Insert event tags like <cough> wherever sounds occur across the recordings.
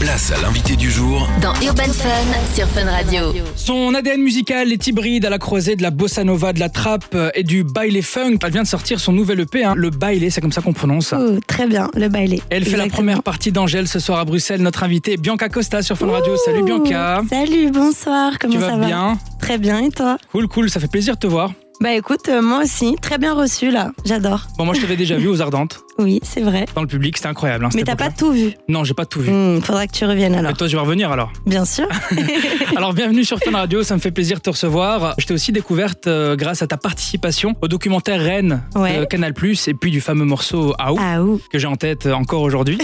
Place à l'invité du jour Dans Urban Fun sur Fun Radio. Son ADN musical est hybride à la croisée de la bossa nova, de la trappe et du baile funk. Elle vient de sortir son nouvel EP, hein. le baile, c'est comme ça qu'on prononce. Oh, très bien, le baile. Elle fait la première partie d'Angèle ce soir à Bruxelles. Notre invitée est Bianca Costa sur Fun Radio. Salut Bianca. Salut, bonsoir, comment tu ça vas va bien Très bien, et toi Cool, cool, ça fait plaisir de te voir. Bah écoute, euh, moi aussi, très bien reçu là, j'adore. Bon, moi je t'avais déjà vu aux Ardentes, Oui, c'est vrai. dans le public, c'était incroyable. hein, Mais cette t'as pas époque-là. tout vu. Non, j'ai pas tout vu. Hmm, faudra que tu reviennes Mais alors. toi, je vais revenir <laughs> alors. Bien sûr. Alors, bienvenue sur Fun Radio, ça me fait plaisir de te recevoir. Je t'ai aussi découverte euh, grâce à ta participation au documentaire Rennes de Ouais. Canal et puis du fameux morceau Aou. Ah ouh. que j'ai en tête encore <laughs> aujourd'hui.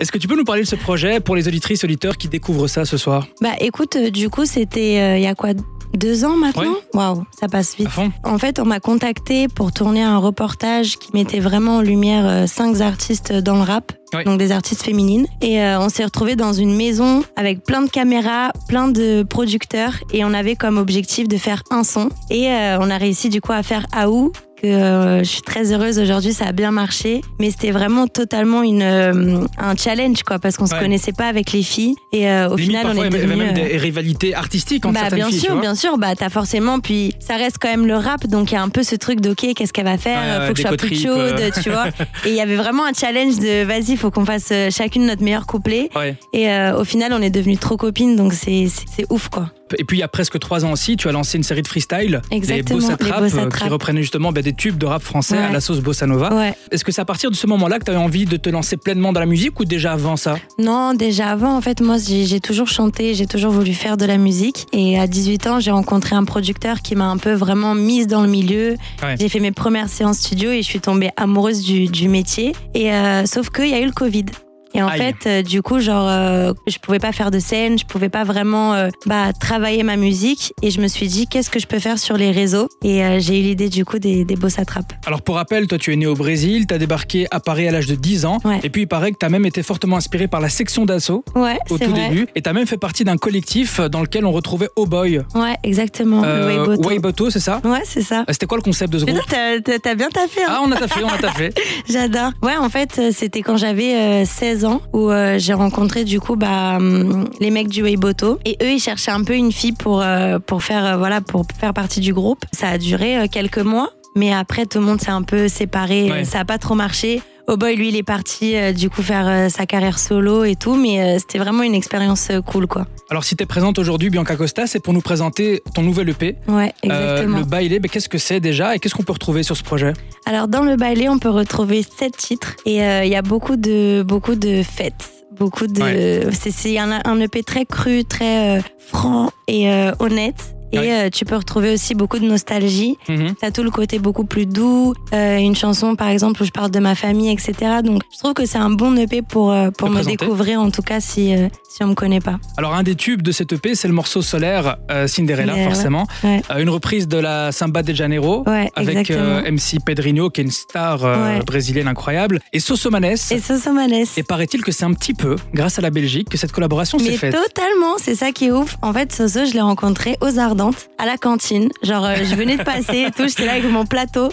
Est-ce que tu peux nous parler de ce projet pour les auditrices, auditeurs qui découvrent ça ce soir Bah écoute, euh, du coup, c'était euh, il y a quoi deux ans maintenant Waouh, ça passe vite. À fond En fait, on m'a contacté pour tourner un reportage qui mettait vraiment en lumière euh, cinq artistes dans le rap. Oui. Donc des artistes féminines. Et euh, on s'est retrouvés dans une maison avec plein de caméras, plein de producteurs. Et on avait comme objectif de faire un son. Et euh, on a réussi du coup à faire Aou. Que euh, je suis très heureuse aujourd'hui, ça a bien marché. Mais c'était vraiment totalement une, euh, un challenge, quoi, parce qu'on se Ouais. connaissait pas avec les filles. Et euh, au Limite, final, on parfois, est il y avait devenus, même euh, des rivalités artistiques entre bah, certaines bien filles. tu sûr, vois. bien sûr. Bah, t'as forcément. Puis ça reste quand même le rap, donc il y a un peu ce truc de ok, qu'est-ce qu'elle va faire Ouais, ouais, Faut que je sois des plus co-tripes, chaude, euh. tu <laughs> vois. Et il y avait vraiment un challenge de vas-y, faut qu'on fasse euh, chacune notre meilleur couplet. Ouais. Et euh, au final, on est devenues trop copines, donc c'est c'est- c'est ouf quoi. Et puis il y a presque trois ans aussi, tu as lancé une série de freestyle, Exactement, des bossa les trap, bossa euh, qui trap. reprenaient justement bah, des tubes de rap français à Ouais. Oh. la sauce bossa nova. Ouais. Est-ce que c'est à partir de ce moment-là que tu avais envie de te lancer pleinement dans la musique ou déjà avant ça Non, déjà avant, en fait, moi, j'ai j'ai toujours chanté, j'ai toujours voulu faire de la musique. Et à 18 ans, j'ai rencontré un producteur qui m'a un peu vraiment mise dans le milieu. Ouais. J'ai fait mes premières séances studio et je suis tombée amoureuse du, du métier. Et euh, sauf qu'il y a eu le Covid. Et en Aïe. fait, euh, du coup, genre, euh, je pouvais pas faire de scène, je pouvais pas vraiment euh, bah, travailler ma musique. Et je me suis dit, qu'est-ce que je peux faire sur les réseaux Et euh, j'ai eu l'idée, du coup, des, des boss attrapes. Alors pour rappel, toi tu es né au Brésil, tu as débarqué à Paris à l'âge de 10 ans, Ouais. et puis il paraît que tu as même été fortement inspiré par la section d'assaut Ouais, au c'est tout vrai. début, et tu as même fait partie d'un collectif euh, dans lequel on retrouvait Oh Boy, Ouais, exactement. le Euh, Weiboto. Waiboto, c'est ça Ouais, c'est ça. Ah, C'était quoi le concept de ce Putain, groupe t'as- t'as t'as bien taffé, hein Ah, on a taffé, on a <laughs> taffé. J'adore. Ouais, en fait, euh, c'était quand j'avais euh, 16 ans où euh, j'ai rencontré du coup bah, hum, les mecs du Weiboto et eux ils cherchaient un peu une fille pour euh, pour faire euh, voilà pour faire partie du groupe. Ça a duré euh, quelques mois, mais après tout le monde s'est un peu séparé, Ouais. ça a pas trop marché. Oh boy, lui, il est parti euh, du coup faire euh, sa carrière solo et tout, mais euh, c'était vraiment une expérience euh, cool, quoi. Alors, si t'es présente aujourd'hui, Bianca Costa, c'est pour nous présenter ton nouvel EP. Ouais, Euh, exactement. le baile, ben, qu'est-ce que c'est déjà et qu'est-ce qu'on peut retrouver sur ce projet Alors dans le ballet, on peut retrouver sept titres et euh, il y a beaucoup de beaucoup de fêtes. Beaucoup de c'est c'est un, un EP très cru, très euh, franc et euh, honnête. Et Ouais. euh, tu peux retrouver aussi beaucoup de nostalgie. Mhm. T'as tout le côté beaucoup plus doux. euh, une chanson, par exemple, où je parle de ma famille, etc. Donc, je trouve que c'est un bon EP pour, euh, pour Te me présenter. découvrir, en tout cas, si, euh, si on me connaît pas. Alors, un des tubes de cet EP, c'est le morceau solaire euh, Cinderella, Cinderella, forcément. ouais. Euh, une reprise de la Samba de Janeiro. Ouais, Avec exactement. euh, MC Pedrinho, qui est une star euh, Ouais. brésilienne incroyable, et Soso Manes. et Et, Soso Malès. paraît-il que c'est un petit peu, grâce à la Belgique, que cette <laughs> collaboration s'est Mais faite. totalement, c'est ça qui est ouf. En fait, Soso, je l'ai rencontré aux Ardentes, à la cantine. Genre, euh, je venais de passer et tout, j'étais là avec mon plateau.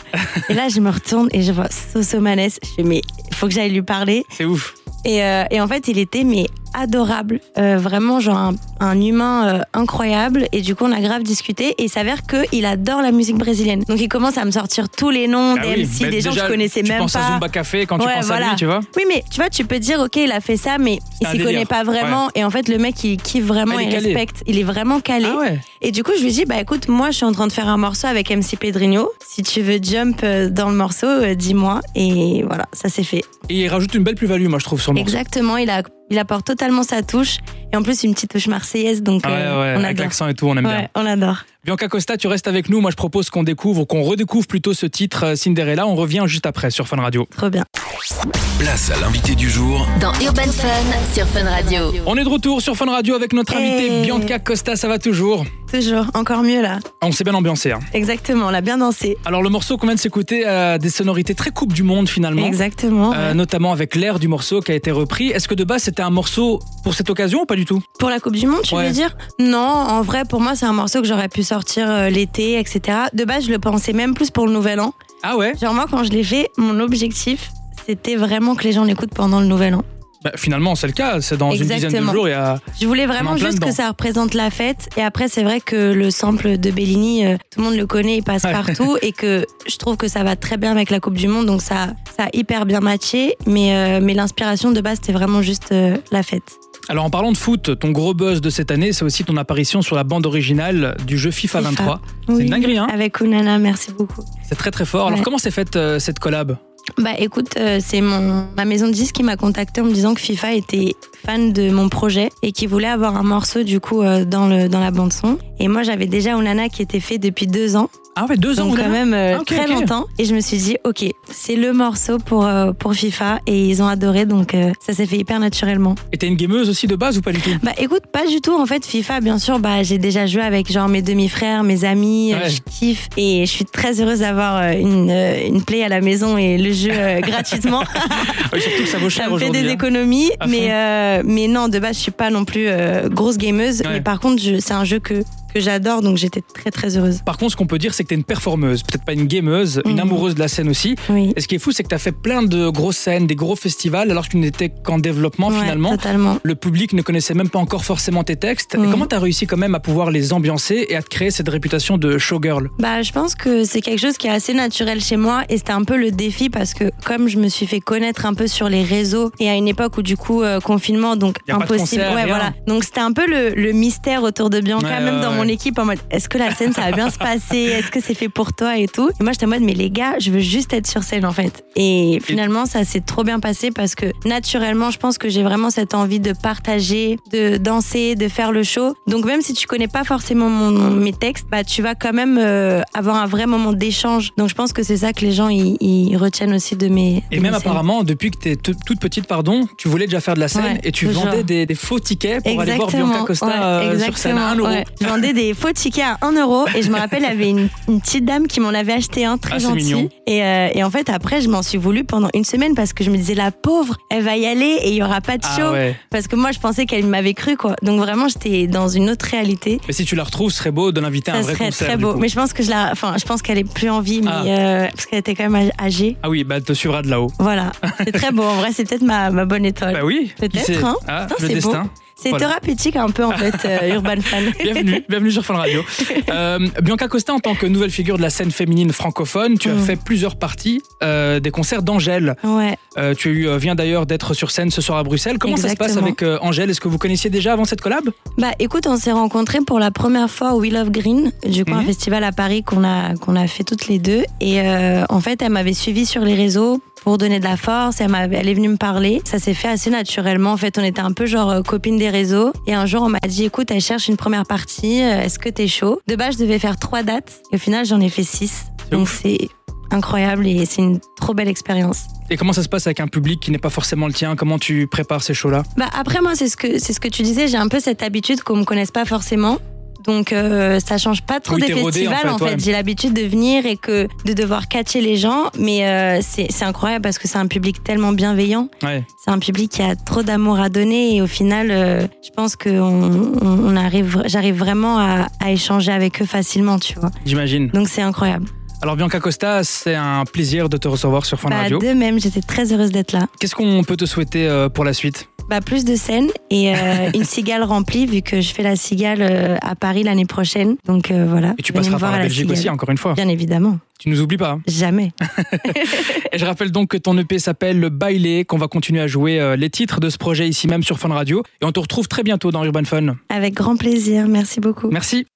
Et là, je me retourne et je vois Soso Manès. Je fais, mais faut que j'aille lui parler. C'est ouf. Et, euh, et en fait, il était, mais adorable. Euh, vraiment, genre, un, un humain euh, incroyable. Et du coup, on a grave discuté. Et il s'avère qu'il adore la musique brésilienne. Donc, il commence à me sortir tous les noms Ah des oui, MC, mais des gens que déjà, je connaissais Tu même penses à pas. Zumba Café quand tu Ouais, penses à lui, voilà. tu vois Oui, mais tu vois, tu peux dire, ok, il a fait ça, mais il un s'y délire. connaît pas vraiment. Et en fait, le mec, il kiffe vraiment, Ah, il il, est calé. respecte. Il est vraiment calé. Ah ouais Et du coup, je lui dis, bah écoute, moi, je suis en train de faire un morceau avec MC Pedrinho. Si tu veux jump euh, dans le morceau, euh, dis-moi. Et voilà, ça s'est fait. Et il rajoute une belle plus-value, moi, je trouve, sur le morceau. Exactement, il, a, il apporte totalement sa touche. Et en plus, une petite touche marseillaise, donc Ah Ouais, euh, ouais, on avec adore. l'accent et tout, on aime bien. Ouais, on adore. Bianca Costa, tu restes avec nous. Moi, je propose qu'on découvre, ou qu'on redécouvre plutôt ce titre euh, Cinderella. On revient juste après sur Fun Radio. Trop bien. Place à l'invité du jour Dans Urban Fun sur Fun Radio. On est de retour sur Fun Radio avec Eh. notre invitée Hey. Bianca Costa. Ça va toujours Toujours, encore mieux là. Ah, On s'est bien ambiancé. hein. Exactement, on l'a bien dansé. Alors, le morceau qu'on vient de s'écouter a des sonorités très Coupe du Monde finalement. Exactement. Euh, notamment avec l'air du morceau qui a été repris. Est-ce que de base c'était un morceau pour cette occasion ou pas du tout Pour la Coupe du Monde, tu Ouais. veux dire Non, en vrai, pour moi, c'est un morceau que j'aurais pu sortir euh, l'été, etc. De base, je le pensais même plus pour le Nouvel An. Ah ouais Genre moi, quand je l'ai fait, mon objectif, c'était vraiment que les gens l'écoutent pendant le Nouvel An. Bah, finalement, c'est le cas. C'est dans une dizaine de Exactement. jours. Il y a... Je voulais On est en vraiment plein juste dedans. que ça représente la fête. Et après, c'est vrai que le sample de Bellini, euh, tout le monde le connaît, il passe Ouais. <laughs> partout. Et que je trouve que ça va très bien avec la Coupe du Monde. Donc ça, ça a hyper bien matché. Mais, euh, mais l'inspiration de base, c'était vraiment juste euh, la fête. Alors en parlant de foot, ton gros buzz de cette année, c'est aussi ton apparition sur la bande originale du jeu FIFA FIFA. 23. C'est une dinguerie, hein Avec Unana, merci beaucoup. C'est très très fort. Alors Ouais. comment s'est faite euh, cette collab Bah écoute, euh, c'est mon ma maison de disques qui m'a contacté en me disant que FIFA était fan de mon projet et qui voulait avoir un morceau du coup euh, dans le dans la bande son. Et moi j'avais déjà Onana qui était fait depuis deux ans, Ah ouais, deux ans donc Oudana quand même euh, Ah, ok, très ok. longtemps. Et je me suis dit ok, c'est le morceau pour euh, pour FIFA et ils ont adoré donc euh, ça s'est fait hyper naturellement. Et t'es une gameuse aussi de base ou pas du <laughs> tout Bah écoute, pas du tout. En fait, FIFA, bien sûr, bah, j'ai déjà joué avec genre mes demi-frères, mes amis, euh, Ouais. je kiffe et je suis très heureuse d'avoir euh, une, euh, une play à la maison et le jeu euh, <laughs> gratuitement. Ah oui, Surtout que ça vaut Ça cher me fait aujourd'hui. des hein. économies, À fond. mais, euh, mais non, de base, je suis pas non plus euh, grosse gameuse. Ouais. Mais par contre, je- c'est un jeu que, que j'adore, donc j'étais très très heureuse. Par contre, ce qu'on peut dire, c'est que t'es une performeuse, peut-être pas une gameuse, une Mhm. amoureuse de la scène aussi. Oui. Et ce qui est fou, c'est que t'as fait plein de grosses scènes, des gros festivals, alors que tu n'étais qu'en développement Ouais, finalement. Totalement. Le public ne connaissait même pas encore forcément tes textes. Et Mhm. comment t'as réussi quand même à pouvoir les ambiancer et à te créer cette réputation de showgirl Bah, je pense que c'est quelque chose qui est assez naturel chez moi et c'était un peu le défi parce que comme je me suis fait connaître un peu sur les réseaux et à une époque où du coup euh, confinement donc Y a pas de impossible concert, ouais rien. voilà donc c'était un peu le, le mystère autour de Bianca Ouais, même ouais, dans ouais. mon équipe en mode est-ce que la scène ça va bien se passer est-ce que c'est fait pour toi et tout et moi j'étais en mode mais les gars je veux juste être sur scène en fait et finalement ça s'est trop bien passé parce que naturellement je pense que j'ai vraiment cette envie de partager de danser de faire le show donc même si tu connais pas forcément mon- mon- mes textes bah tu vas quand même euh, avoir un vrai moment d'échange donc je pense que c'est ça que les gens ils ils retiennent aussi de mes Et de même mes scènes. apparemment, depuis que t'es t- toute petite, pardon, tu voulais déjà faire de la scène Ouais, et tu toujours. vendais des, des faux tickets pour aller voir Bianca Costa ouais, euh, sur scène à 1 euro. ouais. Je vendais des faux tickets à 1 euro et je me rappelle, il y avait une, une petite dame qui m'en avait acheté un très Ah, c'est mignon. gentil. Et, euh, et en fait, après, je m'en suis voulu pendant une semaine parce que je me disais, la pauvre, elle va y aller et il y aura pas de show. Ah ouais. Parce que moi, je pensais qu'elle m'avait cru, quoi. Donc vraiment, j'étais dans une autre réalité. Mais si tu la retrouves, ce serait beau de l'inviter à un Ça vrai serait concert. très du beau. coup. Mais je pense que je la, enfin, je pense qu'elle est plus en vie, mais Ah. euh, parce qu'elle était quand même âgée. Ah oui, bah elle te suivra de là-haut. <laughs> Voilà. C'est très beau. En vrai, c'est peut-être ma, ma bonne étoile. Bah oui, qui Peut-être, sait hein. Ah, Putain, le c'est destin. c'est voilà. thérapeutique un peu, en fait, <laughs> euh, Urban Fan. <laughs> Bienvenue, bienvenue sur Fun Radio. Euh, Bianca Costa, en tant que nouvelle figure de la scène féminine francophone, tu as Mm. fait plusieurs parties euh, des concerts d'Angèle. Ouais. Euh, tu euh, viens d'ailleurs d'être sur scène ce soir à Bruxelles. Comment ça se passe Exactement. avec euh, Angèle Est-ce que vous connaissiez déjà avant cette collab Bah écoute, on s'est rencontrés pour la première fois au We Love Green, du coup un Mhm. festival à Paris qu'on a, qu'on a fait toutes les deux. Et euh, en fait, elle m'avait suivi sur les réseaux pour donner de la force, elle, m'avait- elle est venue me parler. Ça s'est fait assez naturellement, en fait on était un peu genre euh, copines des réseaux. Et un jour on m'a dit, écoute, elle cherche une première partie, euh, est-ce que t'es chaud De base, je devais faire trois dates, et au final j'en ai fait six. C'est Donc c'est incroyable et c'est une trop belle expérience. Et comment ça se passe avec un public qui n'est pas forcément le tien Comment tu prépares ces shows-là Bah après moi c'est ce que c'est ce que tu disais, j'ai un peu cette habitude qu'on me connaisse pas forcément. Donc euh, ça change pas trop Oui, des t'es rodée, festivals en en fait, fait. ouais. J'ai l'habitude de venir et que de devoir catcher les gens, mais euh, c'est c'est incroyable parce que c'est un public tellement bienveillant. Ouais. C'est un public qui a trop d'amour à donner et au final, euh, je pense que on, on- on arrive, j'arrive vraiment à, à échanger avec eux facilement, tu vois. J'imagine. Donc c'est incroyable. Alors Bianca Costa, c'est un plaisir de te recevoir sur Fun Bah, Radio. de même, j'étais très heureuse d'être là. Qu'est-ce qu'on peut te souhaiter euh, pour la suite Bah, plus de scènes et euh, <laughs> une cigale remplie, vu que je fais la cigale euh, à Paris l'année prochaine. Donc euh, voilà. Et tu Venez me passeras voir par à la Belgique cigale. aussi, hein. encore une fois. Bien évidemment, Tu nous oublies pas. hein. jamais. Et je rappelle donc que ton EP s'appelle Le Bailé, qu'on va continuer à jouer euh, les titres de ce projet ici même sur Fun Radio. Et on te retrouve très bientôt dans Urban Fun. Avec grand plaisir, merci beaucoup. Merci.